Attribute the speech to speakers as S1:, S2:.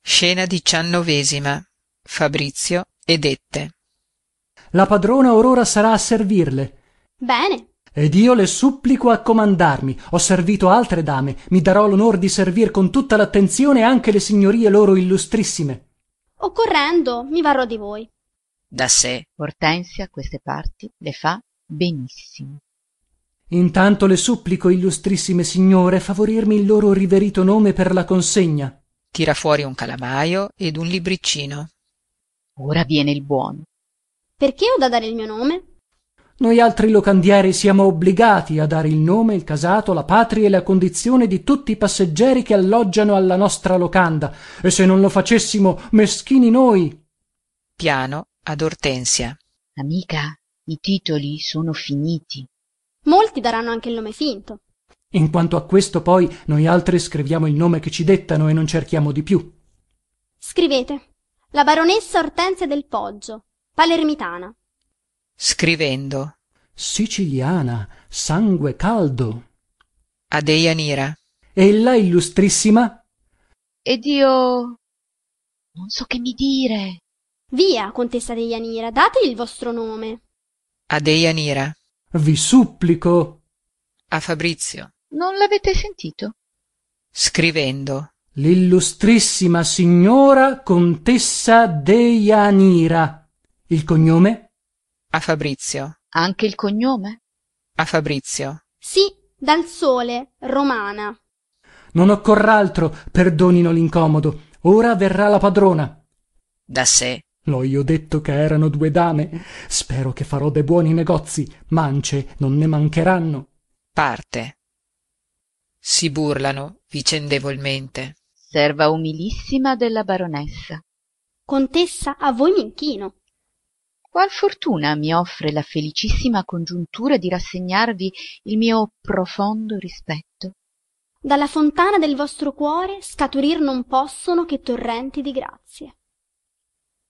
S1: scena diciannovesima fabrizio ed ette
S2: la padrona or ora sarà a servirle
S3: bene
S2: ed io le supplico accomandarmi ho servito altre dame mi darò l'onor di servir con tutta l'attenzione anche le signorie loro illustrissime
S3: occorrendo mi varrò di voi
S4: da sé ortensia a queste parti le fa benissimo
S2: intanto le supplico illustrissime signore favorirmi il loro riverito nome per la consegna
S1: tira fuori un calamajo ed un libriccino
S4: ora viene il buono
S3: perché ho da dare il mio nome
S2: noi altri locandieri siamo obbligati a dare il nome il casato la patria e la condizione di tutti i passeggeri che alloggiano alla nostra locanda e se non lo facessimo meschini noi
S1: piano ad ortensia
S4: amica i titoli sono finiti
S3: molti daranno anche il nome finto
S2: in quanto a questo poi noi altri scriviamo il nome che ci dettano e non cerchiamo di più
S3: scrivete la baronessa ortensia del poggio palermitana
S1: scrivendo
S2: siciliana sangue caldo
S1: a deianira
S2: ella illustrissima
S4: ed io non so che mi dire
S3: via contessa deianira date il vostro nome
S1: a deianira
S2: vi supplico
S1: a fabrizio
S4: non l'avete sentito
S1: scrivendo
S2: l'illustrissima signora contessa deianira il cognome
S1: a Fabrizio.
S4: Anche il cognome?
S1: A Fabrizio.
S3: sì dal sole romana
S2: non occorr'altro perdonino l'incomodo ora verrà la padrona
S1: Da sé.
S2: l'ho io detto che erano due dame spero che farò de buoni negozi mance non ne mancheranno
S1: Parte. Si burlano vicendevolmente.
S4: Serva umilissima della baronessa.
S3: contessa a voi m'inchino
S4: Qual fortuna mi offre la felicissima congiuntura di rassegnarvi il mio profondo rispetto.
S3: dalla fontana del vostro cuore scaturir non possono che torrenti di grazie